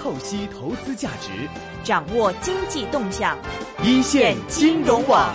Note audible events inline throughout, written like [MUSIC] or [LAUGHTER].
透析投资价值，掌握经济动向，一线金融网。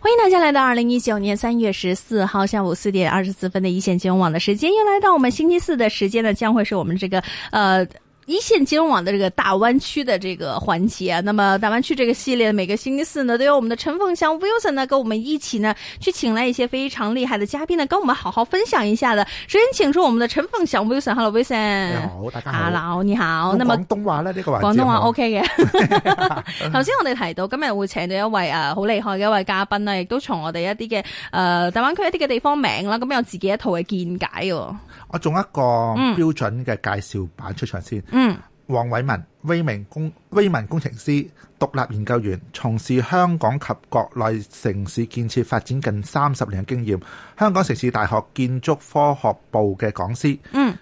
欢迎大家来到二零一九年三月十四号下午四点二十四分的一线金融网的时间，又来到我们星期四的时间呢，将会是我们这个呃。一线金融网的这个大湾区的这个环节，那么大湾区这个系列，每个星期四呢，都有我们的陈凤祥 Wilson 呢，跟我们一起呢，去请来一些非常厉害的嘉宾呢，跟我们好好分享一下的。首先，请出我们的陈凤祥 Wilson，Hello Wilson，你好，大家好。 Hello，你啊好。那咁么廣東話咧呢個環節，廣東話 OK 嘅。啊 [LAUGHS] 頭先我哋提到今日會請到一位誒好厲害嘅一位嘉賓啦，啊亦都從我哋一啲嘅誒大灣區一啲嘅地方名啦，咁有自己一套嘅見解喎。我仲有一個嗯標準嘅介紹版出場先。嗯黃偉文，威明工威明工程師，獨立研究員，從事香港及國內城市建設發展近三十年嘅經驗，香港城市大學建築科學部嘅講師。嗯，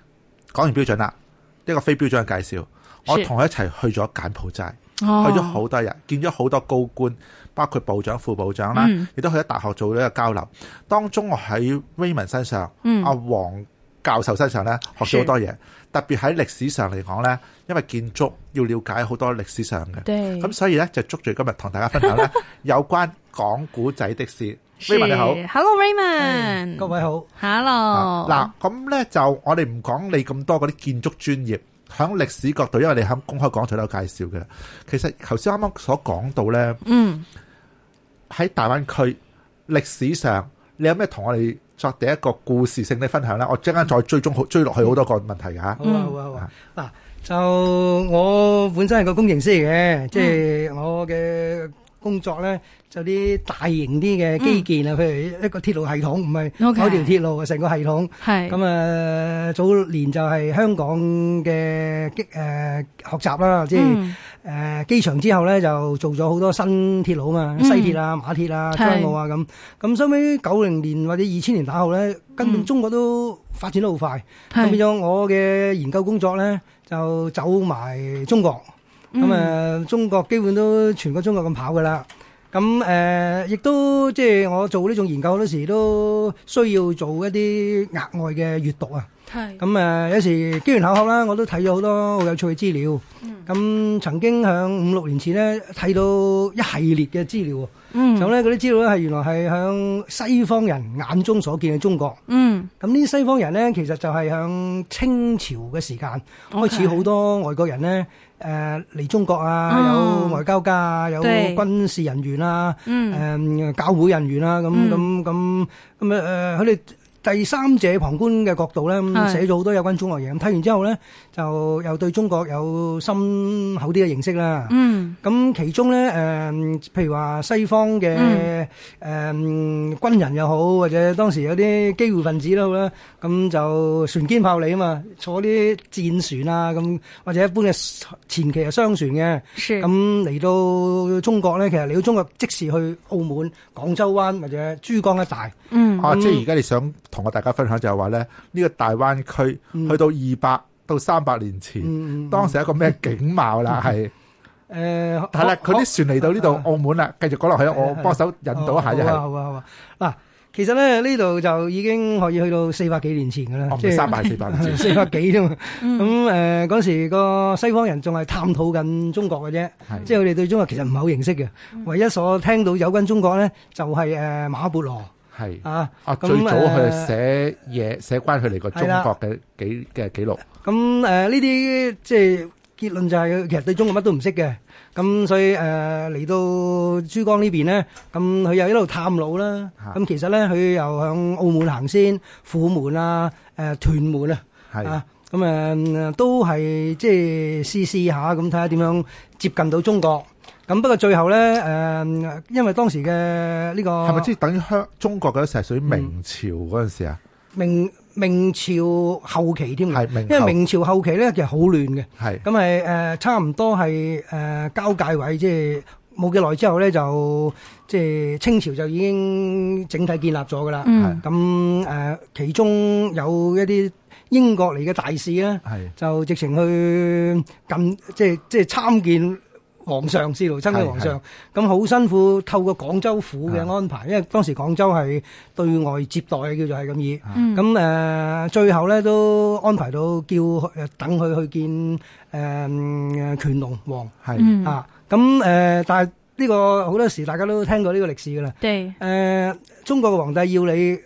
講完標準啦，呢個非標準嘅介紹，我是同佢一齊去咗柬埔寨。哦去咗好多人，見咗好多高官，包括部長、副部長啦嗯，亦都去咗大學做咗一個交流。當中我喺 Raymond 身上，嗯阿黃教授身上咧學咗好多嘢，特別喺歷史上嚟講咧，因為建築要了解好多歷史上嘅，對咁所以咧就捉住今日同大家分享咧 [LAUGHS] 有關講古仔的事。Raymond 你好。啊，Hello Raymond，各位好， Hello，嗱，咁咧就我哋唔講你咁多嗰啲建築專業，響歷史角度，因為你喺公開講座都有介紹嘅。其實頭先啱啱所講到咧，嗯喺大灣區歷史上，你有咩同我哋作第一個故事性的分享咧？我即刻再追蹤好追落去好多個問題㗎嚇好。啊，好啊，好啊。嗱、就我本身係個工程師嚟嘅，即係我嘅工作咧，就啲大型啲嘅基建啊，譬如一個鐵路系統，唔係 OK 某條鐵路啊，成個系統。係咁啊，早年就係香港嘅激誒學習啦，Ừ. 即係嗯誒機場之後咧，就做咗好多新鐵路啊嘛，嗯西鐵啊、馬鐵啊、係將澳啊咁。咁收尾九零年或者二千年打後咧，根本嗯中國都發展得好快。係咁變咗我嘅研究工作咧，就走埋中國。咁誒、呃中國基本都全個中國咁跑噶啦。咁誒、呃亦都即係我做呢種研究好多時都需要做一啲額外嘅閱讀啊。係咁誒、呃有時機緣巧合啦，我都睇咗好多好有趣嘅資料。咁、曾經響五六年前呢，睇到一系列嘅資料喎，嗯咁咧嗰啲資料咧係原來係響西方人眼中所見嘅中國。嗯咁呢啲西方人咧，其實就係向清朝嘅時間開始，好多外國人咧，誒、嚟中國啊，嗯有外交家啊，有對軍事人員啊，誒、嗯教會人員啊，咁嗯咁咁咁誒，佢哋、第三者旁觀嘅角度咧，係咁寫咗好多有關中國嘢。咁睇完之後咧，就又對中國有深厚啲嘅認識啦。嗯咁其中咧，誒、譬如話西方嘅誒、軍人又好，或者當時有啲機會分子都好啦，咁就船堅炮利啊嘛，坐啲戰船啊，咁或者一般嘅前期係商船嘅，是咁嚟到中國咧，其實嚟到中國即時去澳門、廣州灣或者珠江一帶，嗯啊，即係而家你想同我大家分享就係話咧，呢、個大灣區去到二百到三百年前，嗯當時係一個咩景貌啦？係誒、係啦，可佢啲船嚟到呢啊度澳門啦，繼續講落去，係啊我係啊幫手引導一下哦就係，好啊好啊好啊，嗱，其實咧呢度就已經可以去到四百幾年前㗎啦我，唔即係係三百四百年前。 [LAUGHS] 四百幾啫嘛。咁誒嗰時個西方人仲係探討緊中國嘅係啫，即係佢哋對中國其實唔係好認識嘅。唯一所聽到有關中國咧，就係誒馬可波羅係啊。啊，咁最早佢係誒寫嘢寫關佢嚟個中係啦國嘅記嘅記錄。咁誒呢啲即係結論就係其實對中國乜都唔識嘅，咁所以誒嚟到珠江呢邊咧，咁佢又一路探路啦嚇。咁其實咧佢又向澳門行先，虎門啊，誒屯門啊，係啊。咁誒都係即係試試下咁睇下點樣接近到中國。咁不過最後咧誒，因為當時嘅呢係咪個即係等於香中國嗰時係嗯屬於明朝嗰陣時啊？明明朝後期添嘅，係明嗯因為後明朝後期咧其實好亂嘅。係咁係誒差唔多係誒、呃交界位，即係冇幾耐之後咧，就即係清朝就已經整體建立咗噶啦。嗯咁誒、其中有一啲英國嚟嘅大使咧，係就直情去近即係即係參見。皇上試圖爭取係啊皇上，咁好辛苦透過廣州府嘅安排，因為當時廣州係對外接待嘅叫做係咁意。嗯咁誒、呃最後咧都安排到叫佢呃等佢去見誒、呃、乾隆王係嗯，啊。咁誒、呃但係呢個好多時大家都聽過呢個歷史㗎啦。对誒、，中國嘅皇帝要你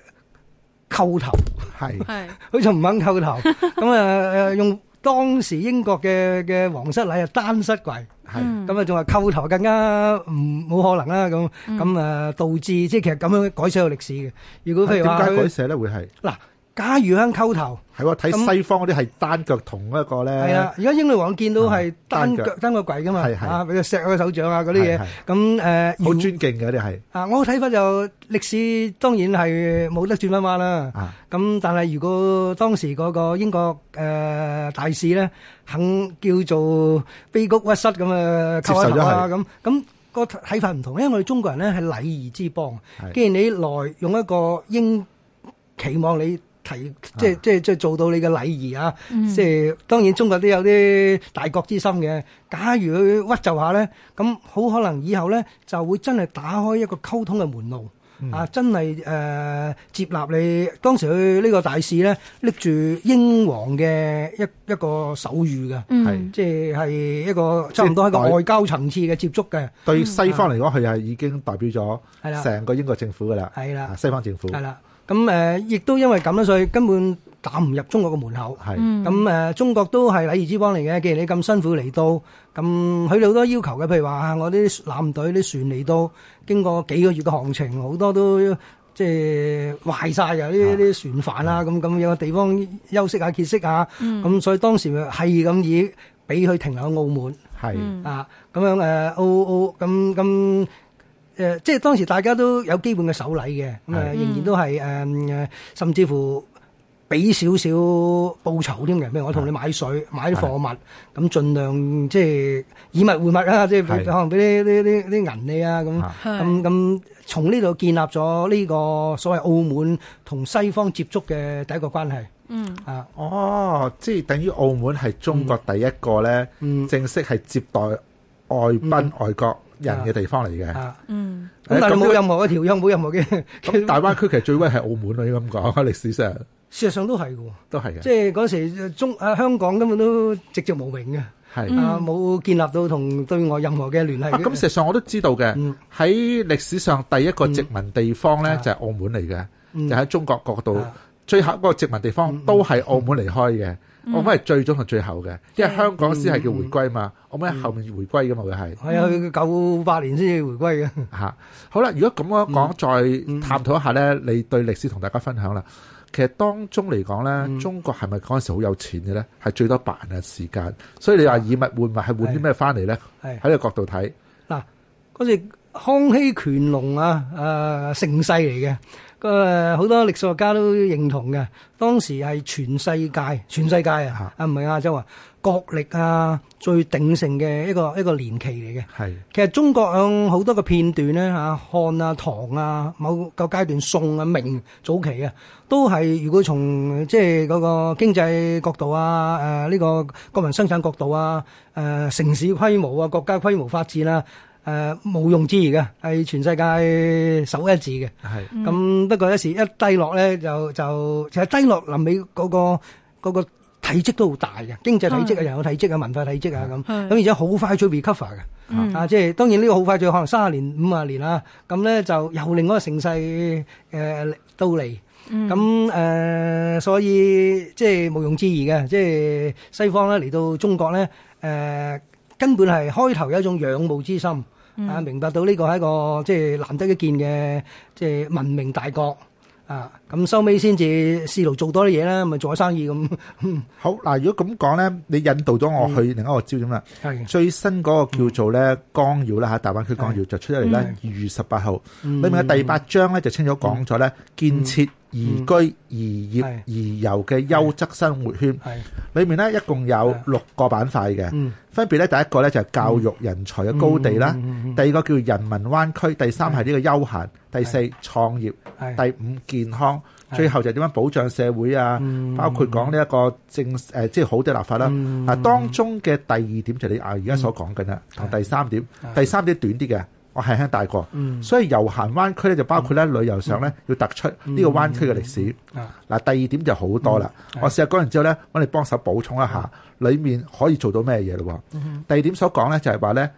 叩頭，係係佢就唔肯叩頭。咁啊誒用當時英國嘅嘅皇室禮啊單膝跪，係嗯咁啊仲話叩頭更加唔冇可能啦。咁嗯嗯咁啊導致即係其實咁樣改寫咗歷史嘅。如果譬點如話解改佢寫咧？會係嗱，假如香叩頭。係喎，睇咁啊西方嗰啲係單腳同一個咧，係啦，而家英女王見到係單腳呃啊單腳單腳跪噶嘛，係係啊，俾佢錫佢個手掌啊嗰啲係嘢係，咁誒好姚尊敬嘅嗰啲係啊，我睇法就歷史當然係冇得轉翻彎啦。啊，咁但係如果當時嗰個英國誒、呃大使咧，肯叫做卑谷屈膝咁啊，接扣受咗下頭啊係咁咁。個睇法唔同，因為我哋中國人咧係禮儀之邦。係既然你來用一個英期望你提，啊即係即係即係做到你嘅禮儀啊，嗯即係當然中國都有啲大國之心嘅。假如佢屈就下咧，咁好可能以後咧就會真係打開一個溝通嘅門路。啊，真係誒、呃接納你當時佢呢個大使咧，拎住英皇嘅一一個手語嘅，嗯係即係係一個差唔多係一個即係代外交層次嘅接觸嘅，對西方嚟講，佢係已經代表係咗啦嗯成個英國政府噶啦，係啦啊西方政府係啦。咁誒、呃亦都因為咁啦，所以根本打唔入中國嘅門口。係嗯嗯咁誒、呃中國都係禮儀之邦嚟嘅。既然你咁辛苦嚟到，咁佢哋好多要求嘅，譬如話啊我啲艦隊啲船嚟到，經過幾個月嘅航程，好多都即係壞晒嘅呢啲船帆啦。咁咁有個地方休息下歇息下，咁、嗯嗯所以當時咪係咁以俾佢停留喺澳門。係嗯啊，咁樣誒、呃澳澳咁咁誒，即係當時大家都有基本嘅手禮嘅，咁誒係呃嗯仍然都係誒誒，甚至乎俾少少報酬添嘅，譬如我同你買水、買啲貨物，咁盡量即係以物換物啊，即係係可能俾啲啲啲啲銀你啊咁。啊咁咁，從呢度建立咗呢個所謂澳門同西方接觸嘅第一個關係。嗯啊，哦，即係等於澳門係中國第一個咧嗯正式係接待外賓外國人嘅地方嚟嘅。啊，嗯，咁但誒係咁冇任何嘅條約，冇任何嘅。咁大灣區其實最威係澳門啦，應該咁講，歷史上 [LAUGHS] 事實上都係嘅喎。都係即嘅，係嗰時呃中啊香港根本都寂寂無名嘅，係。啊冇建立到同對外任何嘅聯繫啊，嘅。咁事實上我都知道嘅嗯，喺歷史上第一個殖民地方咧嗯就係澳門嚟嘅，嗯就喺中國角度啊，嗯最後一個殖民地方都係澳門離開嘅。澳門係最早同最後嘅，因嗯為香港先係叫回歸嘛，澳門係後面回歸噶嘛，佢係。係啊，佢九八年先至回歸嘅。吓、好啦，如果咁樣講，再探討一下咧，你對歷史同大家分享啦。其實當中嚟講咧，中國係咪嗰陣時好有錢嘅咧？係最多白銀嘅時間，所以你話以物換物係換啲咩翻嚟咧？係喺呢個角度睇，嗱，嗰時康熙乾隆啊，誒、盛世嚟嘅，個誒好多歷史學家都認同嘅。當時係全世界，全世界啊，啊唔係亞洲啊，國力啊最鼎盛嘅一個一個年期嚟嘅。係其實中國有好多嘅片段咧嚇，漢啊、唐啊、某個階段宋啊、明早期啊，都係如果從即係嗰個經濟角度啊、誒、呢個國民生產角度啊、誒、城市規模啊、國家規模發展啊，誒、毋庸置疑嘅，係全世界首一字嘅。係嗯咁、不過一時一低落咧，就就其實低落臨尾嗰個嗰、個體積都好大嘅，經濟體積啊、人口體積啊、文化體積啊咁，咁而且好快最 recover 嘅。嗯啊，即係當然呢個好快最可能三十年、五十年啦，咁咧就又另外一個盛世誒、呃到嚟。嗯咁啊誒、呃所以即係毋庸置疑嘅，即係西方咧嚟到中國咧，誒、根本係開頭有一種仰慕之心，啊，嗯明白到呢個係一個即係難得一見嘅即係文明大國啊，咁收尾先至試圖做多啲嘢啦，咪做下生意咁，好嗱。如果咁講咧，你引導咗我去另一個焦點啦。係最新嗰個叫做咧綱要啦嚇，大灣區綱要就出咗嚟啦，二月十八號，裏面嘅第八章咧就清楚講咗咧，建設宜居、宜業係、宜遊嘅優質生活圈。係裏面咧一共有六個板塊嘅嗯，分別咧第一個咧就係教育人才嘅高地啦，嗯第二個叫人民灣區，第三係呢個休閒，第四創業，係第五健康，係最後就係點樣保障社會啊，嗯包括講呢一個政誒、即係好啲立法啦。嗯啊，當中嘅第二點就係你啊而家所講緊啦，同第三點，第三點短啲嘅，我輕輕帶過。嗯所以遊行灣區咧就包括咧旅遊上咧要突出呢個灣區嘅歷史。啊嗯嗱，第二點就好多啦。我試下講完之後咧，我哋幫手補充一下，裡面可以做到咩嘢咯喎？第二點所講咧就係話咧，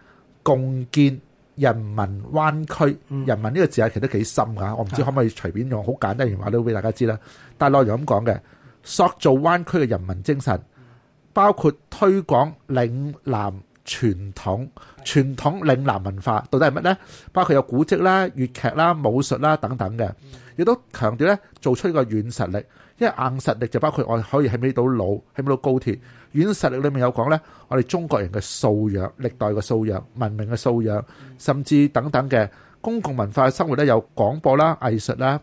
共建人民灣區。人民呢個字眼其實都幾深㗎，我唔知可唔可以隨便用好簡單嘅話都俾大家知啦。但係內容咁講嘅，塑造灣區嘅人民精神，包括推廣嶺南傳統、傳統嶺南文化，到底係乜呢？包括有古蹟啦、粵劇啦、武術啦等等嘅，亦都強調咧做出一個軟實力，因為硬實力就包括我可以喺呢度路，喺呢度高鐵。軟實力裏面有講咧，我哋中國人嘅素養、歷代嘅素養、文明嘅素養，甚至等等嘅公共文化生活咧，有廣播啦、藝術啦、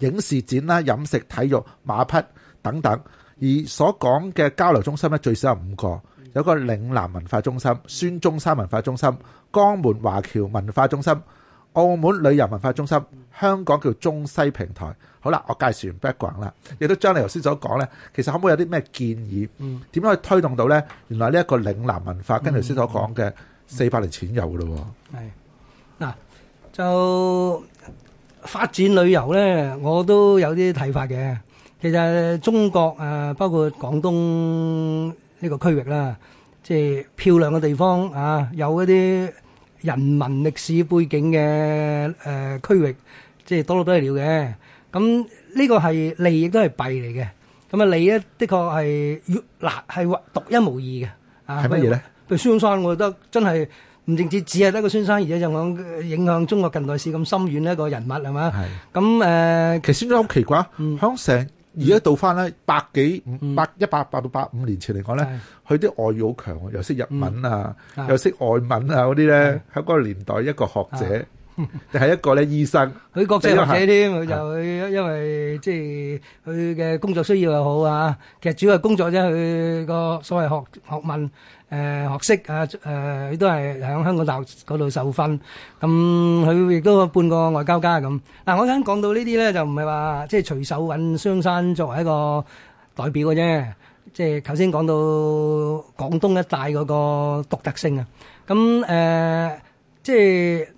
影視展啦、飲食、體育、馬匹等等。而所講嘅交流中心咧，最少有五個，有個嶺南文化中心、孫中山文化中心、江門華僑文化中心、澳門旅遊文化中心、香港叫中西平台。好啦，我介紹完 background 啦，亦都將你頭先所講呢，其實可唔可以有啲咩建議？點樣去推動到呢？原來呢一個嶺南文化，跟頭先所講嘅四百年前有嘅咯喎。係嗱，就發展旅遊咧，我都有啲睇法嘅。其實中國誒、呃包括廣東呢個區域啦，即係漂亮嘅地方啊，有一啲人民歷史背景嘅誒、呃、區域，即係多到不得了嘅。咁呢個係利亦都係弊嚟嘅。咁啊利咧，的確係嗱係獨一無二嘅。啊係乜嘢咧？譬如孫中山，我覺得真係唔淨止只係得個孫中山，而且就響影響中國近代史咁深遠一個人物係嘛？係。咁誒、呃其實先都好奇怪，嗯響成而家到翻咧百幾五嗯百一百八到百五年前嚟講咧，佢啲外語好強喎，又識日文啊，嗯又識外文啊嗰啲咧，喺嗰個年代一個學者，定係一個咧醫生，佢國際學者添，佢就佢因為即係佢嘅工作需要又好啊，其實主要係工作啫，佢個所謂學學問誒、呃、學識啊誒，佢、都係喺香港大學嗰度受訓，咁佢亦都半個外交家咁。嗱、我啱講到呢啲咧，就唔係話即係隨手揾雙山作為一個代表嘅啫。即係頭先講到廣東一帶嗰個獨特性啊，咁誒、呃即係。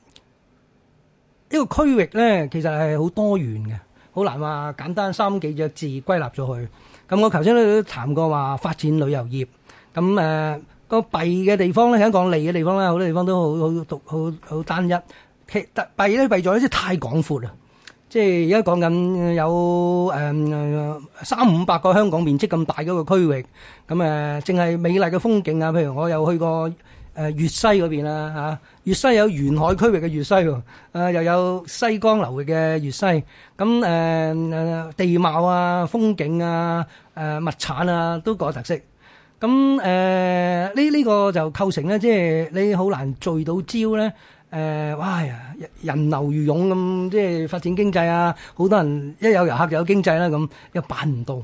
呢個區域咧，其實係好多元嘅，好難話簡單三幾隻字歸納咗佢。咁我頭先都談過話發展旅遊業，咁誒、呃個弊嘅地方咧，喺講利嘅地方咧，好多地方都好好獨好好單一。其弊咧弊咗咧，即係太廣闊啊！即係而家講緊有誒、呃三五百個香港面積咁大嗰個區域，咁誒淨係美麗嘅風景啊！譬如我有去過誒、呃、粵西嗰邊啦嚇、啊粵西有沿海區域嘅粵西喎、啊又有西江流域嘅粵西，咁誒、呃地貌啊、風景啊、誒、物產啊都各有特色。咁誒呢呢個就構成咧，即係你好難聚到焦咧。誒、哇呀！人人流如湧咁，即係發展經濟啊！好多人一有遊客就有經濟啦，咁又辦唔到。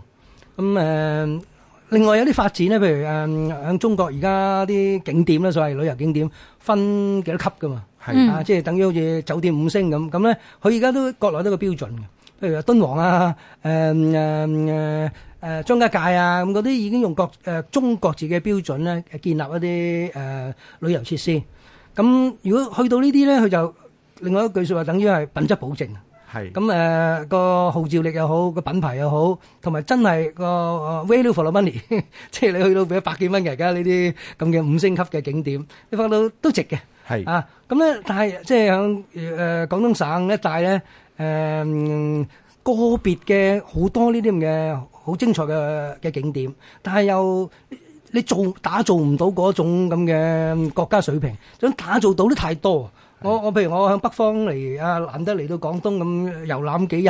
咁、誒另外有啲發展咧，譬如誒喺、中國而家啲景點咧，所謂旅遊景點分幾多級噶嘛？係啊，即係等於好似酒店五星咁。咁咧，佢而家都國內都有個標準嘅，譬如話敦煌啊、誒誒誒誒張家界啊，咁嗰啲已經用國誒、呃中國自己嘅標準咧，建立一啲誒、呃旅遊設施。咁如果去到呢啲咧，佢就另外一句説話，等於係品質保證。係咁誒個號召力又好，個品牌又好，同埋真係個呃 value for the money，即 [LAUGHS] 係你去到俾百幾蚊嘅而家呢啲咁嘅五星級嘅景點，你發覺到都值嘅。係啊，咁咧，但係即係響誒廣東省一帶咧，誒、嗯個別嘅好多呢啲咁嘅好精彩嘅嘅景點，但係又你做打造唔到嗰種咁嘅國家水平，想打造到都太多。我我譬如我向北方嚟啊，難得嚟到廣東咁遊覽幾日，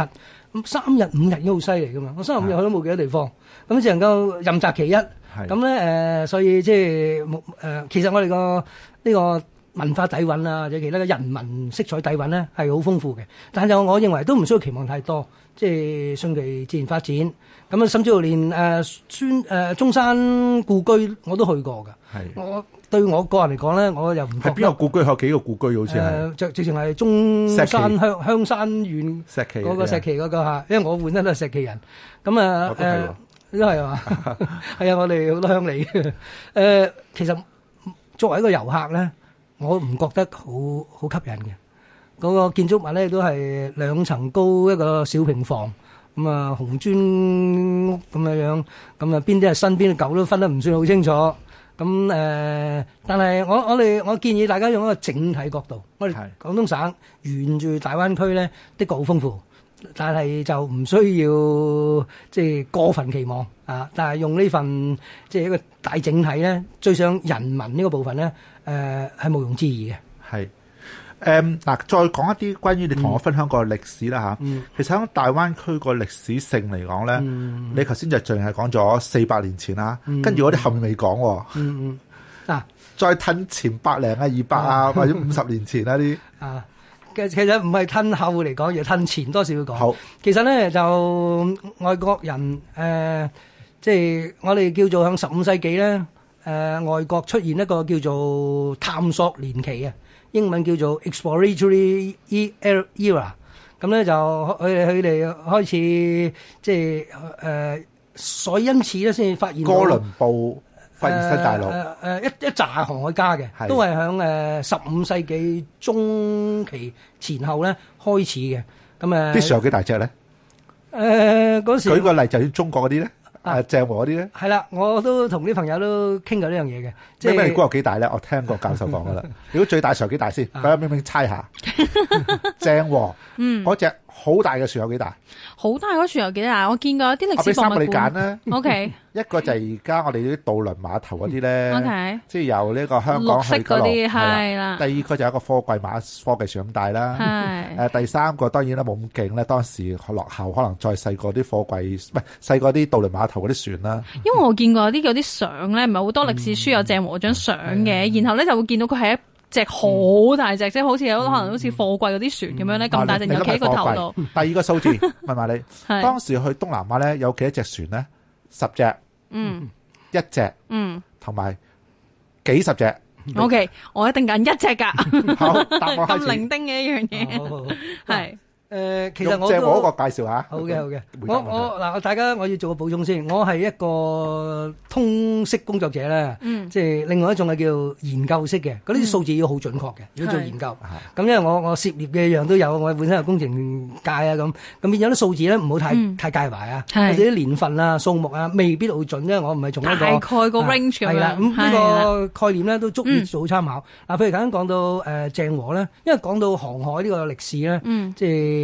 咁三日五日已經好犀利噶嘛。我三日五日去都冇幾多地方，咁只能夠任擇其一。係呃咁咧誒，所以即係冇誒，其實我哋個呢個文化底韻啊，或者其他嘅人文色彩底韻咧係好豐富嘅。但係我認為都唔需要期望太多，即係順其自然發展。咁啊，甚至乎連誒孫誒呃中山故居我都去過㗎。係我對我個人嚟講咧，我又唔係邊個故居？有幾個故居好似係誒，就直情係中石山岐香香山縣石岐嗰個石岐嗰個嚇，因為我本身都係石岐人，咁啊我都係誒喎都 [LAUGHS] 係嘛，係啊，我哋好多鄉里嘅誒，其實作為一個遊客咧，我唔覺得好好吸引嘅。嗰個建築物咧都係兩層高一個小平房，咁啊紅磚屋咁樣樣，咁啊邊啲係新邊啲舊都分得唔算好清楚。咁誒、呃但係我我哋我建議大家用一個整體角度，我哋係廣東省沿住大灣區咧，的確好豐富，但係就唔需要即係過分期望啊！但係用呢份即係一個大整體咧，追上人民呢個部分咧，誒係毋庸置疑嘅。係誒嗯嗱，再講一啲關於你同我分享過嘅歷史啦嚇。嗯其實喺大灣區個歷史性嚟講咧，嗯你頭先就淨係講咗四百年前啦，跟住嗰啲後面未講喎，嗯嗯嗱。再褪前百零啊、二百嗯啊，或者五十年前啊啲，啊，其其實唔係吞後嚟講，而係吞前多少要 [LAUGHS] 講。好其實咧就外國人誒、呃即係我哋叫做響十五世紀咧，誒、外國出現一個叫做探索年期啊，英文叫做 exploratory e- era。咁咧就佢哋佢哋開始即係誒、呃所以因此咧先至發現到哥倫布發現新大陸，誒誒誒一一紮航海家嘅，係都係響誒十五世紀中期前後咧開始嘅。咁啲誒船有幾大隻咧？誒嗰時舉個例就係中國嗰啲咧，啊啊鄭和嗰啲咧，係啦，我都同啲朋友都傾過呢樣嘢嘅，即咩咩你估係有幾大咧？我聽過教授講 [LAUGHS] 噶啦。如果最大船有幾大先？啊大家明明猜 [LAUGHS] 下，鄭和嗯嗰只好大嘅船有幾大？好大嗰船有幾啊大？我見過有啲我歷俾史博三物館。個你揀啦， O K 一個就係而家我哋啲渡輪碼頭嗰啲 O 咧， K，即係由呢個香港嗯綠去色九嗰龍啲係啦係啦，第二個就係一個貨櫃碼科技船咁大啦。係 [LAUGHS] 誒第三個當然啦，冇咁勁啦。當時落後，可能再細個啲貨櫃，唔係細個啲渡輪碼頭嗰啲船啦。因為我見過有啲有啲相咧，唔係好多歷史書有鄭和張相嘅，然後咧就會見到佢係一隻好大隻，即係好似有可能好似貨櫃嗰啲船咁樣咧咁大隻，啊你有企喺個你諗頭下貨櫃度，第二 [LAUGHS] 個數字問埋你，係當時去東南亞咧有幾多隻船咧？十隻、嗯一隻嗯同埋幾十隻。 O K，我嗯一定揀一隻㗎，好，答案咁開伶仃始。嘅一樣嘢好哦好好係誒，其實用我借我都嗰個介紹下。好嘅好嘅，回我答問題我嗱，大家我要做個補充先，我係一個通識工作者咧，嗯即係另外一種係叫研究式嘅，嗰啲數字要好準確嘅，要做係研究。啊咁因為我我涉獵嘅樣都有，我本身係工程界啊咁，咁變咗啲數字咧唔好太、嗯太介懷啊，係或者啲年份啊、數目啊未必好準，因為我唔係從大一概個。個啊 range 咁係啦，樣，咁係啦呢個概念咧都足以嗯做參考。嗱，譬如簡單講到誒鄭和咧，因為講到航海呢個歷史咧，嗯即係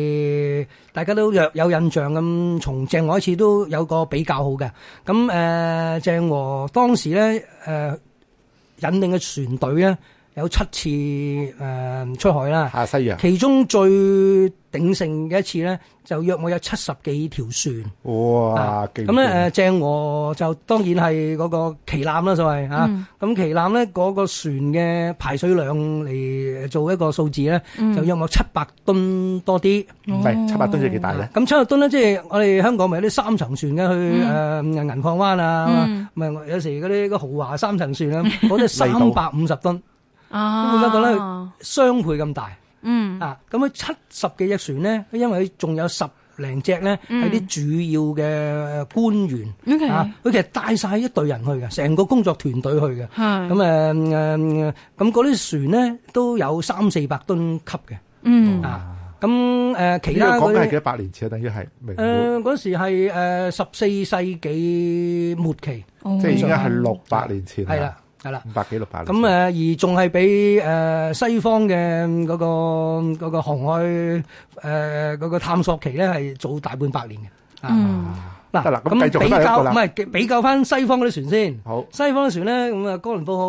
大家都若有印象咁，從鄭和開始都有個比較好嘅。咁誒、呃、鄭和當時咧誒、呃引領嘅船隊咧有七次誒、呃出海啦，下啊西洋。其中最鼎盛嘅一次咧，就約我有七十幾條船。哇！勁啊咁咧誒，呃鄭和就當然係嗰個旗艦啦，所謂嚇。嗯咁旗艦咧嗰個船嘅排水量嚟做一個數字咧，就約莫七百噸多啲。唔哦係七百噸就幾大咧？咁七百噸咧，即係我哋香港咪有啲三層船嘅去誒銀礦灣啊嗯，咪有時嗰啲嗰豪華三層 [LAUGHS] 船啊，嗰啲三嚟百五十噸，啊，咁點解講呢雙倍咁大。嗯啊，咁佢七十幾隻船咧，因為佢仲有十零隻咧嗯係啲主要嘅官員、 ，OK，啊，佢其實帶晒一隊人去嘅，成個工作團隊去嘅。咁係，誒誒，咁嗰啲船咧都有三四百噸級嘅。嗯啊，咁誒、其呢個他講緊係嗰啲呃幾百年前啊，等於係明末，誒嗰時係誒十四世紀末期，即係而已經家係六百年前啊係啦，係啦。五百幾六百年咁呃前。誒、而仲係俾誒西方嘅嗰、個嗰、個航海誒嗰、個探索期咧，係早大半百年嘅。啊，嗯嗱得啦咁繼續都係比一個較啦唔係比較翻西方嗰啲船先。好西方嘅船咧，咁啊哥倫布好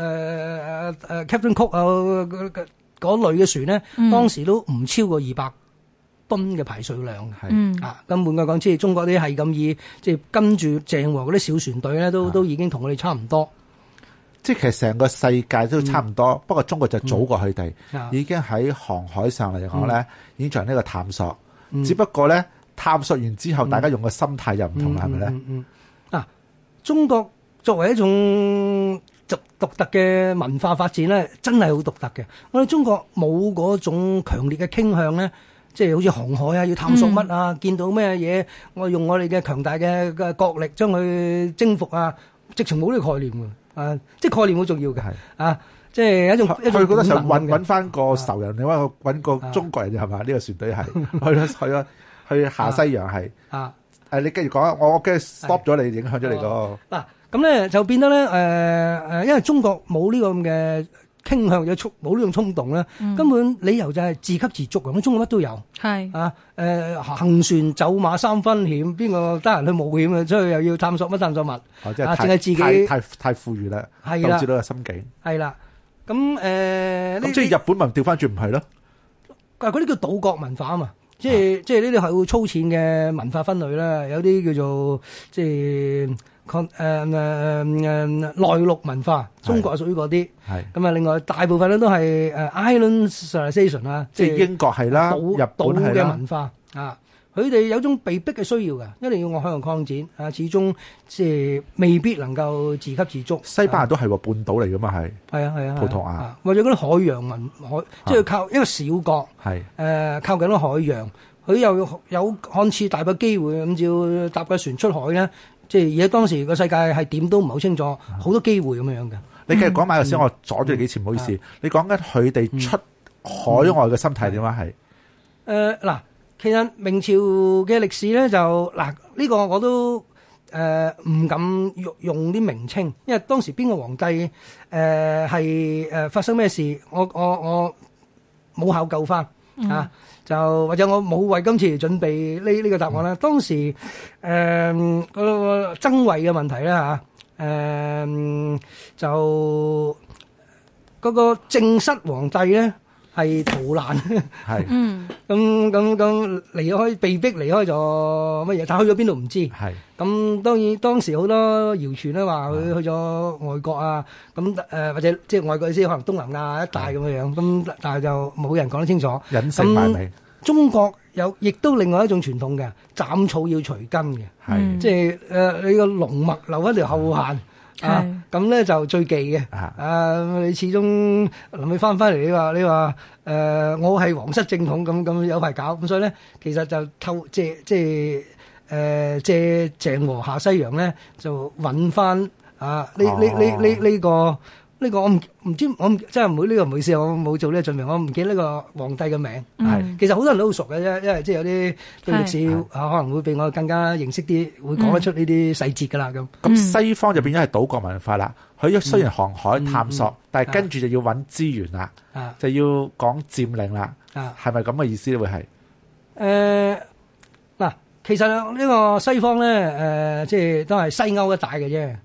呃誒誒呃 Captain Cook 啊嗰嗰嗰類嘅船咧，嗯當時都唔超過二百噸嘅排水量嘅。係嗯啊，咁換句講，即係中國啲係咁以，即係跟住鄭和嗰啲小船隊咧，都啊都已經同我哋差唔多。即係其實成個世界都差唔多，不過中國就早過佢哋，啊嗯已經喺航海上嚟講咧，已經進行呢個探索。只不過咧，探索完之後，大家用嘅心態又唔同啦，係咪咧？嗯嗯嗯啊，中國作為一種獨獨特嘅文化發展咧，真係好獨特嘅。我哋中國冇嗰種強烈嘅傾向咧。即係好似航海啊，要探索乜嗯啊，見到咩嘢，我用我哋嘅強大嘅嘅國力將佢征服啊，直情冇呢個概念嘅，啊，即係概念好重要嘅係，啊，即係一種一種佢覺得就本揾能嘅啊揾翻個仇人，你揾個揾個中國人係嘛？呢個船隊 [LAUGHS] 係去咗去咗去下西洋係。啊。誒，你繼續講啊！我我驚 stop 咗你，影響咗你個哦嗱，咁咧就變得咧，誒、呃、誒因為中國冇呢個咁嘅傾向，有衝冇呢種衝動咧，根本理由就係自給自足咁。中國乜都有係啊，誒、行船走馬三分險，邊個得閒去冒險啊？所以又要探索乜探索物，哦，即係啊太淨係自己太太太富裕啦，導係致啦到個心境。係啦。咁誒，呢咁即係日本咪調翻轉唔係咯？啊，嗰啲叫島國文化啊嘛，即係即係呢啲係好粗淺嘅文化分類啦，有啲叫做即係抗誒誒誒內陸文化，中國係屬於嗰啲。係咁啊，另外大部分咧都係誒 island civilization 啊，即係英國係啦，島日本島係嘅啦，文化啊。佢哋有種被逼嘅需要㗎，一定要我向擴展啊，始終即係未必能夠自給自足。西班牙都係喎，半島嚟噶嘛係係啊係啊，葡萄牙啊啊或者嗰啲海洋文海，即係靠一個小國。係誒、靠近咗海洋，佢又有看似大把機會咁照搭架船出海咧，即係而家當時個世界係點都唔係好清啊楚，好多機會咁樣樣嘅。你繼續講埋頭先，我阻咗你幾次，唔好意嗯思。你講緊佢哋出海外嘅心態點啊？嗯係誒、呃嗱，其實明朝嘅歷史咧就嗱呢、個我都誒唔、敢用用啲名稱，因為當時邊個皇帝誒係誒發生咩事，我我我冇考究翻、啊，就或者我冇為今次而準備呢呢、個答案啦。當時誒、個爭位嘅問題啦嚇，誒、呃就嗰、個正室皇帝咧係逃難。係嗯咁咁咁離開，被逼離開咗乜嘢？但去咗邊度唔知。係咁當然當時好多謠傳啦，話佢去咗外國啊，咁誒、呃或者即係外國意思可能東南亞一帶咁樣樣。咁但係就冇人講得清楚。隱姓埋名中國有亦都另外一種傳統嘅，斬草要除根嘅，係嗯即係誒、呃你個龍脈留一條後患。啊係，咁咧就最忌嘅。啊啊，你始終臨尾翻翻嚟，你話你話誒、呃我係皇室正統咁咁有排搞，咁所以咧，其實就透借即係誒、呃借鄭和下西洋咧，就揾翻啊呢呢呢呢呢個。呢個我唔唔知，我唔真係唔會呢個唔好意思，我冇做呢個準備，我唔記得呢個皇帝嘅名。嗯其實好多人都好熟嘅，因因為即係有啲對歷史係啊可能會比我更加認識啲，會講得出呢啲細節㗎啦咁。咁西方就變咗係島國文化啦。佢雖然航海探索，但係跟住就要揾資源啦，啊就要講佔領啦，啊！係咪咁嘅意思咧？會係誒呃嗱，其實呢個西方咧，誒、即係都係西歐一帶嘅啫。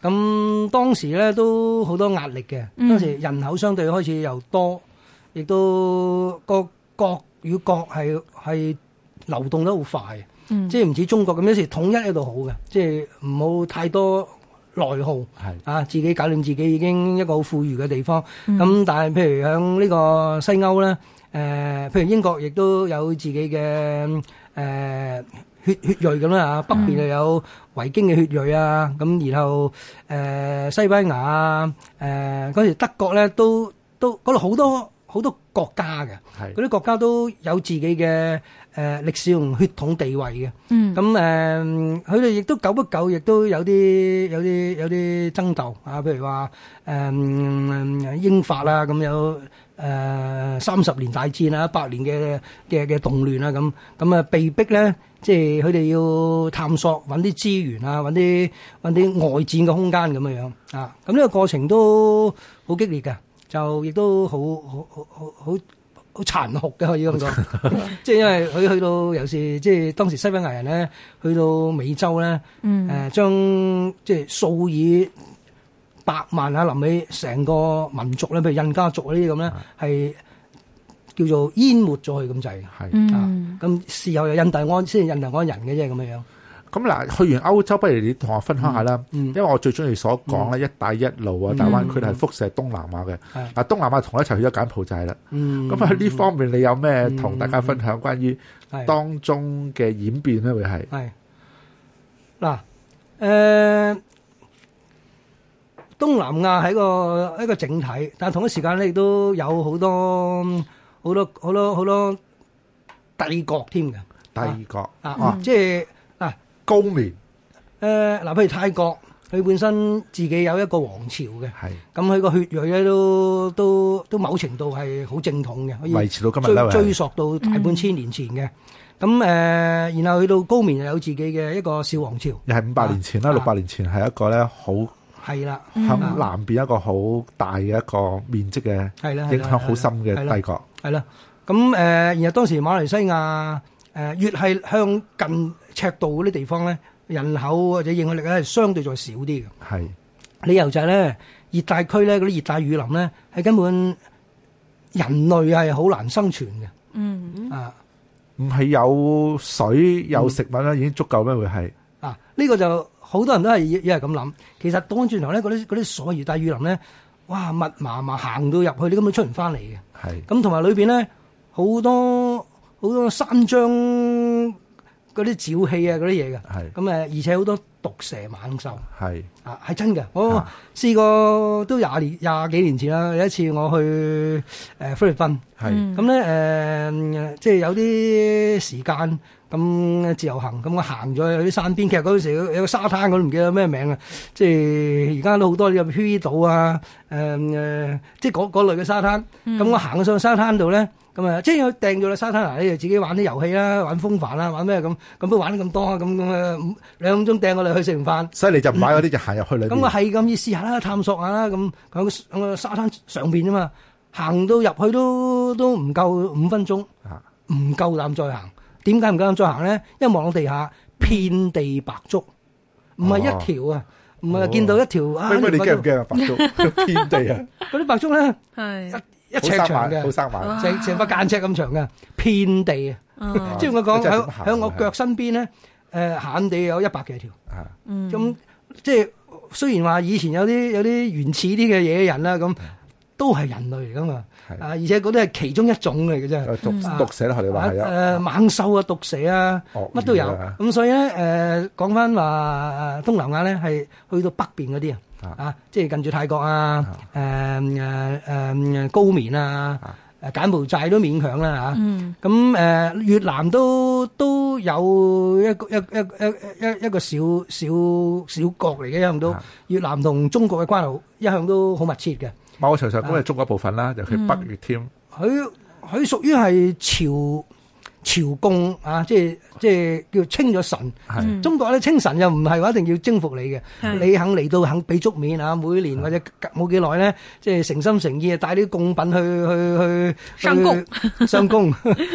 咁當時咧都好多壓力嘅，嗯當時人口相對開始又多，亦都個國與國係係流動得好快，嗯即係唔似中國咁，有時統一喺度好嘅，即係唔好太多內耗。係啊，自己搞掂自己已經一個好富裕嘅地方。咁、Ừ. 嗯但係譬如響呢個西歐咧，誒、譬如英國亦都有自己嘅誒、血血裔咁啦啊，北邊又有維京嘅血裔啊，咁然後誒、西班牙啊，誒嗰時德國咧都都嗰度好多好多國家嘅。係嗰啲國家都有自己嘅誒歷史同血統地位嘅，嗯咁誒佢哋亦都久不久，亦都有啲有啲有啲爭鬥啊，譬如話誒英法啊，咁有誒三十年大戰啊，百年嘅嘅嘅動亂啊，咁咁啊被逼咧，即係佢哋要探索揾啲資源啊，揾啲揾啲外展嘅空間咁樣樣啊，咁呢個過程都好激烈嘅，就亦都好好好好好。好殘酷嘅可以咁講，即係因為佢去到有時即係當時西班牙人咧，去到美洲咧，誒、Ừ. 將即係數以百萬啊，臨尾成個民族咧，譬如印加族呢啲咁咧，係叫做淹沒咗佢咁滯嘅。Ừ. 係。啊，咁事後有印第安先係印第安人嘅啫咁樣樣。咁嗱，去完歐洲，不如你同我分享下啦。嗯因為我最中意所講咧，一帶一路啊，大灣區係輻射東南亞嘅。係嗱，東南亞同我一齊去咗柬埔寨啦。嗯，咁喺呢方面，你有咩同大家分享關於係當中嘅演變咧？會係係嗱，誒東南亞係一個一個整體，但係同一時間咧，亦都有好多好多好多好多帝國添嘅第二個啊，即係嗱高棉誒嗱，譬如泰國，佢本身自己有一個王朝嘅，係咁佢個血裔咧都都都某程度係好正統嘅，可以維持到今日追啦，會係追溯到大半千年前嘅。咁誒、呃然後去到高棉又有自己嘅一個小王朝，又係五百年前啦，啊嗯六百年前係一個咧好係啦，Ừ. 喺南邊一個好大嘅一個面積嘅係啦，係啦嗯影響好深係嘅啦帝國。係啦。咁誒、呃然後當時馬來西亞誒、呃越係向近赤道嗰啲地方咧，人口或者影響力咧係相對再少啲嘅。係理由就係咧，熱帶區咧嗰啲熱帶雨林咧係根本人類係好難生存嘅。嗯，啊唔係有水有食物咧，已經足夠咩？會係啊！呢、個就好多人都係一係咁諗。其實倒翻轉頭咧，嗰啲嗰啲所謂熱帶雨林咧，哇密麻麻行到入去，你根本出唔翻嚟嘅。係咁同埋裏邊咧好多好多山張嗰啲沼氣啊嗰啲嘢嘅，係咁誒而且好多毒蛇猛獸係啊，係真嘅。我啊試過都廿年廿幾年前啦，有一次我去誒、呃菲律賓，係咁咧誒即係有啲時間咁自由行，咁我行咗有啲山邊，其實嗰陣時有有個沙灘，我都唔記得咩名啊。即係而家都好多有 Hui 島啊，誒、誒，即係嗰嗰類嘅沙灘。咁、我行上沙灘度咧，咁啊，即係佢掟咗啦沙灘嗱，你就自己玩啲遊戲啦，玩風帆啦，玩咩咁，咁都玩得咁多啊，咁咁啊，五兩點鐘掟我哋去食完飯。所以你就唔買嗰啲，就行入去裏咁我邊。係咁意試下啦，探索下啦，咁咁咁個沙灘上邊啫嘛，行到入去都都唔夠五分鐘，啊唔夠膽再行。點解唔夠膽再行咧？因為望到地下遍地白竹，唔哦係一條啊，唔係哦見到一條啊。喂喂，你呢條白驚竹唔驚啊？白 [LAUGHS] 粥遍地啊，嗰啲白竹咧系，一一好尺生長猛，好嘅，啊生猛。成成把間尺咁長嘅，遍地啊！嗯即係我講你真係點喺行啊喺我腳身邊咧，誒閒地有一百幾條。啊嗯咁即係呃雖然話以前有啲有啲原始啲嘅野人啦，咁都係人類嚟噶嘛。嗯係啊，而且嗰啲係其中一種嚟嘅啫。有毒啊毒蛇啦，你話係啊？誒猛獸啊、毒蛇啊，鱷魚乜都有。啊咁所以咧，誒講翻話誒呃東南亞咧，係去到北邊嗰啲啊，啊啊，即係近住泰國啊，誒誒誒高棉啊啊，誒柬埔寨都勉強啦嚇。嗯咁誒越南都都有一個一一一一一個小小小國嚟嘅，一向都啊越南同中國嘅關係好一向都好密切嘅。某個程度上，咁係中國一部分嗯啦，尤其北越添。佢佢屬於係朝朝貢啊，即係即係叫清咗神。係中國咧清神又唔係話一定要征服你嘅，嗯係你肯嚟到肯俾足面啊，每年或者隔冇幾耐咧，即係誠心誠意啊，帶啲貢品去去去上去 [LAUGHS] 上供，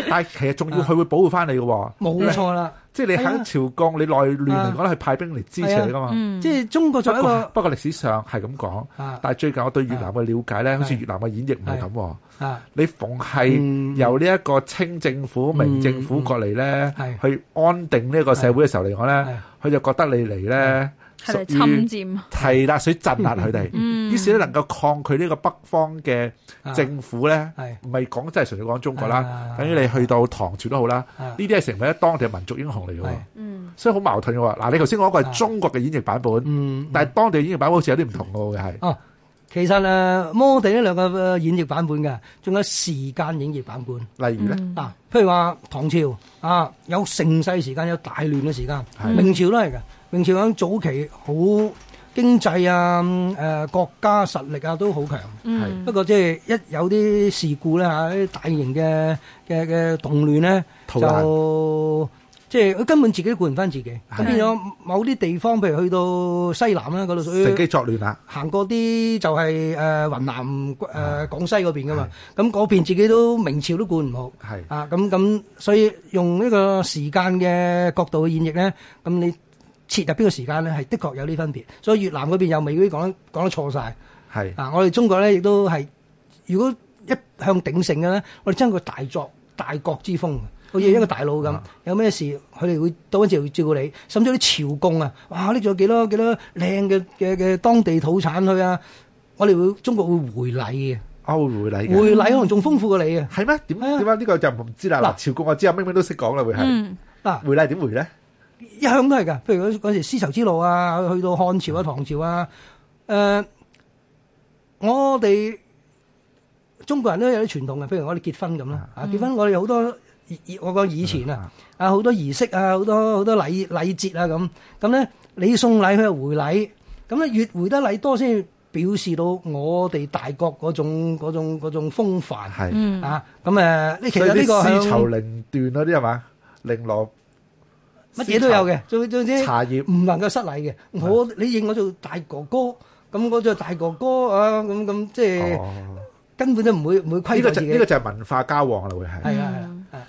但係其實仲要佢會保護翻你嘅喎，冇錯啦。即係你啊係啊喺朝貢，你內亂嚟講係派兵嚟支持你噶嘛。嗯，即係啊中不國作為一過個不過歷史上係咁講，啊但係最近我對越南嘅了解咧，好似係越南嘅演繹唔係咁喎。啊你逢係嗯由呢一個清政府、明政府過嚟咧，嗯係去安定呢個社會嘅時候嚟講咧係，佢就覺得你嚟咧系咪屬於侵占？提啦水鎮壓佢哋，嗯於是咧能夠抗拒呢個北方嘅啊政府咧係，唔係講真係純粹講中國啦啊，等於你去到唐朝都好啦，啊呢啲係成為咗當地民族英雄嚟嘅喎係，嗯，所以好矛盾嘅喎。嗱，你頭先講過係啊中國嘅演繹版本，嗯，但係當地演繹版本好似有啲唔同嘅喎，係哦，其實誒摩地呢兩個呃演繹版本嘅，仲有時間演繹版本例 Ừ. 如咧嗱，譬如話唐朝啊，有盛世時間，有大亂嘅時間，係明朝都係嘅，明朝喺早期好經濟啊，誒、國家實力啊都好強。係 Ừ. 不過即係一有啲事故咧嚇，啲大型嘅嘅嘅動亂咧，逃難就即係佢根本自己都顧唔翻自己，係咁變咗某啲地方，譬如去到西南啦，嗰度乘屬機於作亂啦，行過啲就係誒雲南誒、呃、廣西嗰邊噶嘛，咁嗰邊自己都明朝都顧唔好。係啊，咁咁，所以用呢個時間嘅角度去演繹咧，咁你切入邊個時間咧，係的確有啲分別。所以越南嗰邊又未必講得講得錯晒。係啊！我哋中國咧亦都係，如果一向鼎盛嘅咧，我哋將個大作大國之風嘅，好似一個大佬咁，有咩事佢哋會到嗰時會照顧你，甚至啲朝貢啊，哇拎咗幾多幾多靚嘅嘅嘅當地土產去啊，我哋會中國會回禮啊會回禮嘅，嘅，回禮可能仲豐富過你啊！係咩？點係啊點解呢個就唔知啦。嗱，嗱朝貢我知啊，明明都識講啦，會係嗯，嗱，回禮點回咧？一向都係㗎，譬如嗰嗰時絲綢之路啊，去到漢朝啊、唐朝啊，誒、我哋中國人都有啲傳統嘅，譬如我哋結婚咁啦，嗯啊結婚我哋好多以以我講以前啊，啊好多儀式啊，好多好多禮禮節啊咁，咁咧你送禮佢又回禮，咁咧越回得禮多先表示到我哋大國嗰種嗰種嗰種風範係，嗯，啊，咁誒呢其所以實呢啲個絲向綢零段嗰啲係嘛，零羅乜嘢都有嘅，總總之。茶葉唔能夠失禮嘅。我你認我做大哥哥，咁我做大哥哥啊，咁咁即係哦。根本都唔會唔會呢規個就範自己。呢個就係文化交往啦，會係。係啊係啊，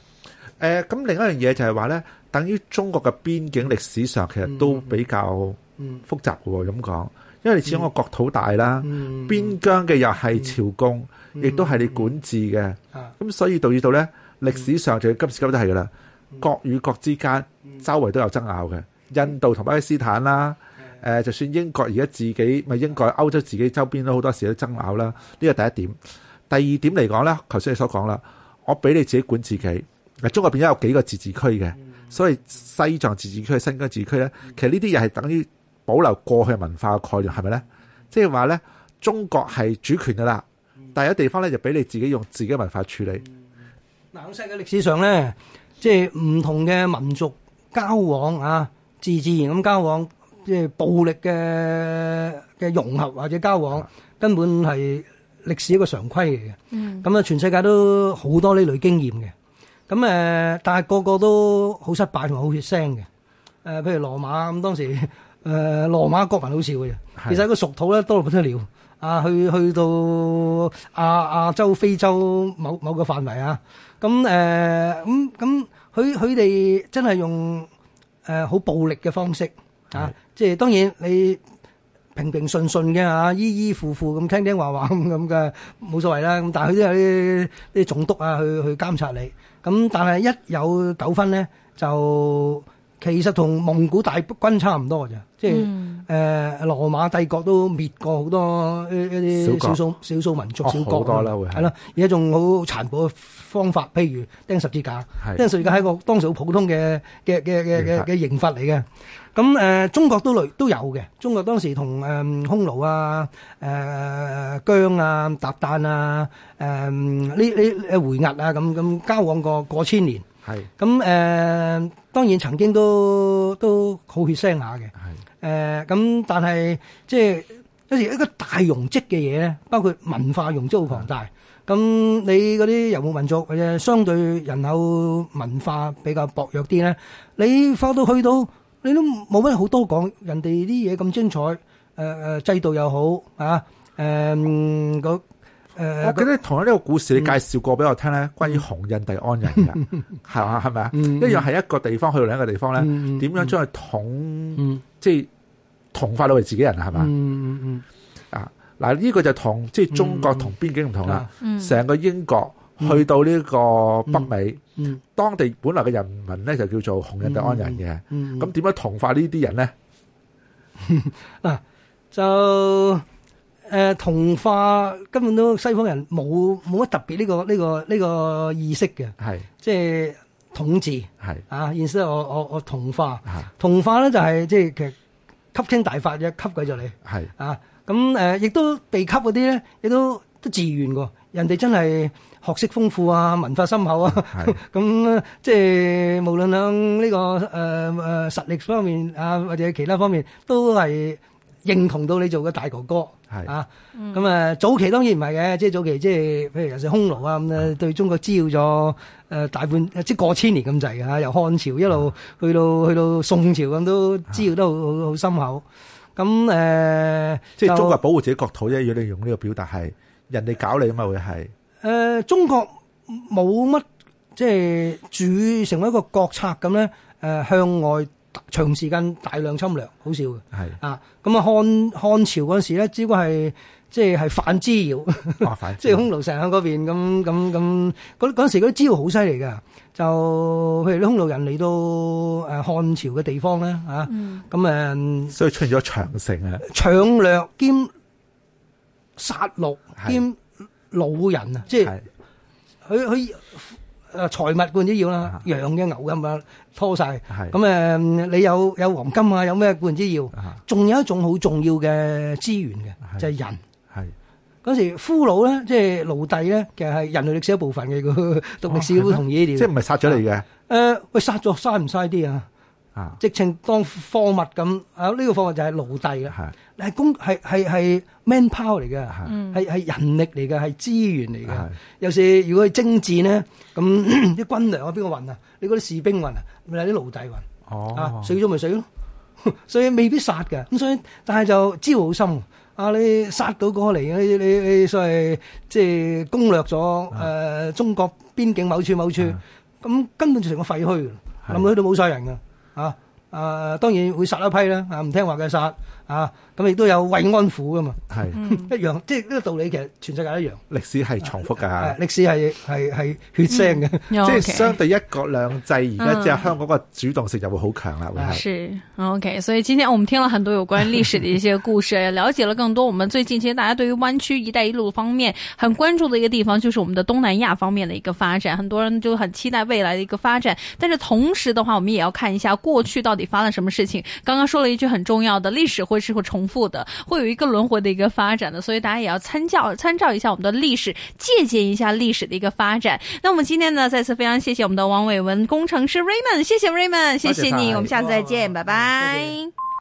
誒，咁另一樣嘢就係話咧，等於中國嘅邊境歷史上其實都比較嗯複雜嘅喎，咁講，因為你始終個國土大啦，嗯邊疆嘅又係朝貢，嗯亦都係你管治嘅，啊嗯咁所以導致到咧歷史上就今時今日都係噶啦，國與國之間嗯周圍都有爭拗嘅，印度同巴基斯坦啦。嗯誒、就算英國而家自己咪英國歐洲自己周邊都好多時都爭拗啦，呢個第一點。第二點嚟講咧，頭先你所講啦，我俾你自己管自己。嗱，中國變咗有幾個自治區嘅，嗯所以西藏自治區、新疆自治區咧，其實呢啲又係等於保留過去文化嘅概念，係咪咧？即係話咧，中國係主權噶啦，嗯但係有地方咧就俾你自己用自己嘅文化處理。嗱，喺世界歷史上咧，即係唔同嘅民族交往啊，自自然咁交往，即係暴力嘅嘅融合或者交往，根本係歷史一個常規嚟嘅。嗯，咁啊，全世界都好多呢類經驗嘅。咁誒、呃但係個個都好失敗同埋好血腥嘅。誒、呃譬如羅馬咁，當時誒、呃、羅馬國民好少嘅啫，係其實個屬土咧多到不得了。啊，去去到亞亞洲、非洲某某個範圍啊，咁誒咁咁，佢佢哋真係用誒好暴力嘅方式啊，即係當然你平平順順嘅嚇，依依附附咁聽聽話話咁咁嘅，冇所謂啦。咁但係佢都有啲啲總督啊，去去監察你。咁但係一有糾紛咧，就其實同蒙古大軍差唔多嘅啫，即係 Ừ. 誒、呃、羅馬帝國都滅過好多呃一一小啲國少數少數民族哦小好國多啦咁會係係啦，而家仲好殘暴嘅方法，譬如釘十字架。係因為十字架係一個當時好普通嘅嘅嘅嘅嘅嘅刑罰嚟嘅。咁誒、呃中國都類都有嘅。中國當時同誒、嗯匈奴啊、誒、姜啊、韃靼啊、誒呢呢誒回鶻啊咁咁交往過過千年。係咁誒、呃、當然曾經都都好血腥下嘅。係誒咁，但係即係有時一個大容積嘅嘢咧，包括文化容積好龐大。咁你嗰啲遊牧民族或者相對人口文化比較薄弱啲咧，你翻到去到你都冇乜好多講，人哋啲嘢咁精彩，誒、誒制度又好啊，誒嗰我誒嗯記得同樣呢個故事，你介紹過俾我聽咧，關於紅印第安人嘅，係嘛係咪啊？嗯一樣係一個地方去到另一個地方咧，嗯嗯點樣將佢統，嗯即係同化到係自己人啊？係嘛？嗯嗯啊，嗱呢個就同即係中國同邊境唔同啦，嗯成個英國去到呢個北美，啊嗯當地本來嘅人民咧就叫做紅印第安人嘅，嗯咁點樣同化呢啲人咧？嗱，就誒、呃同化根本都西方人冇冇乜特別呢、個呢、個呢、個意識嘅，係即係統治係啊！現實我我我同化，啊同化咧就係、即係其實吸清大法啫，吸鬼咗你係啊！咁誒亦都被吸嗰啲咧，亦都都自願喎，人哋真係學識豐富啊，文化深厚啊！係 [LAUGHS] 咁即係無論響呢、個誒誒、呃實力方面啊，或者其他方面，都係認同到你做嘅大哥哥係啊。咁誒、呃早期當然唔係嘅，即係早期即係譬如尤其是匈奴啊咁誒，對中國滋擾咗誒大半呃即係過千年咁滯嘅嚇，由漢朝一路去到去到宋朝咁都滋擾得好好好深厚。咁誒，呃即係就中國保護自己國土啫，如果你用呢個表達係人哋搞你啊嘛，會係誒、呃中國冇乜即係主成為一個國策咁咧，誒、向外大長時間大量侵略，好少嘅 [LAUGHS] 係啊。咁啊，漢漢朝嗰陣時咧，只不過係即係係反之遙。麻 [LAUGHS] 煩即係匈奴成喺嗰邊咁咁咁，嗰嗰陣時嗰啲資料好犀利㗎。就譬如啲匈奴人嚟到誒漢朝嘅地方咧嚇，Ừ. 嗯咁、誒所以出現咗長城啊，搶掠兼殺戮係兼老人啊，即係係佢佢誒財物罐之要啦啊，羊嘅牛嘅咁樣拖晒。係咁誒你有有黃金啊，有咩罐之要，啊仲有一種好重要嘅資源係嘅就係人。係嗰時俘虜咧，即係奴隸咧，其實係人類歷史一部分嘅。佢 [LAUGHS] 讀歷史都同意即呢條。哦係誒、唔係殺咗你嘅喂，殺咗嘥唔嘥啲啊？啊，直情當貨物咁啊！呢、個貨物就係奴隸啦，係係工係係係 man power 嚟嘅，係係係人力嚟嘅，係資源嚟嘅嗯係。有時如果係征戰咧，咁 [CLEARS THROAT] 啲軍糧啊邊個運啊？你嗰啲士兵運啊，咪係啲奴隸運。啊，哦，死咗咪死咯， [LAUGHS] 所以未必殺嘅。咁所以，但係就知好深。啊！你殺到過嚟，你你你所謂即係攻略咗誒、呃中國邊境某處某處，咁、啊根本就成個廢墟係㗎啦，冧到去到冇晒人㗎。啊！啊，當然會殺一批啦，啊唔聽話嘅殺啊，咁亦都有慰安婦噶嘛，係 Ừ. 一樣即係呢個道理，其實全世界一樣。歷史係重複啊㗎。歷史係係係血腥嘅。即即係相對一國兩制，而家嗯即係香港個主動性就會好強啦，會係是 OK，所以今天我们听了很多有关历史的一些故事，也了解了更多。我们最近其实大家对于湾区“一带一路”方面很关注的一个地方，就是我们的东南亚方面的一个发展，很多人就很期待未来的一个发展。但是同时的话，我们也要看一下过去到底发生什么事情。刚刚说了一句很重要的，历史会是会重复的，会有一个轮回的一个发展的，所以大家也要参照参照一下我们的历史，借鉴一下历史的一个发展。那我们今天呢，再次非常谢谢我们的王伟文工程师 Raymond，谢谢 Raymond，谢谢多谢你，晒我们下次再见，拜拜。多谢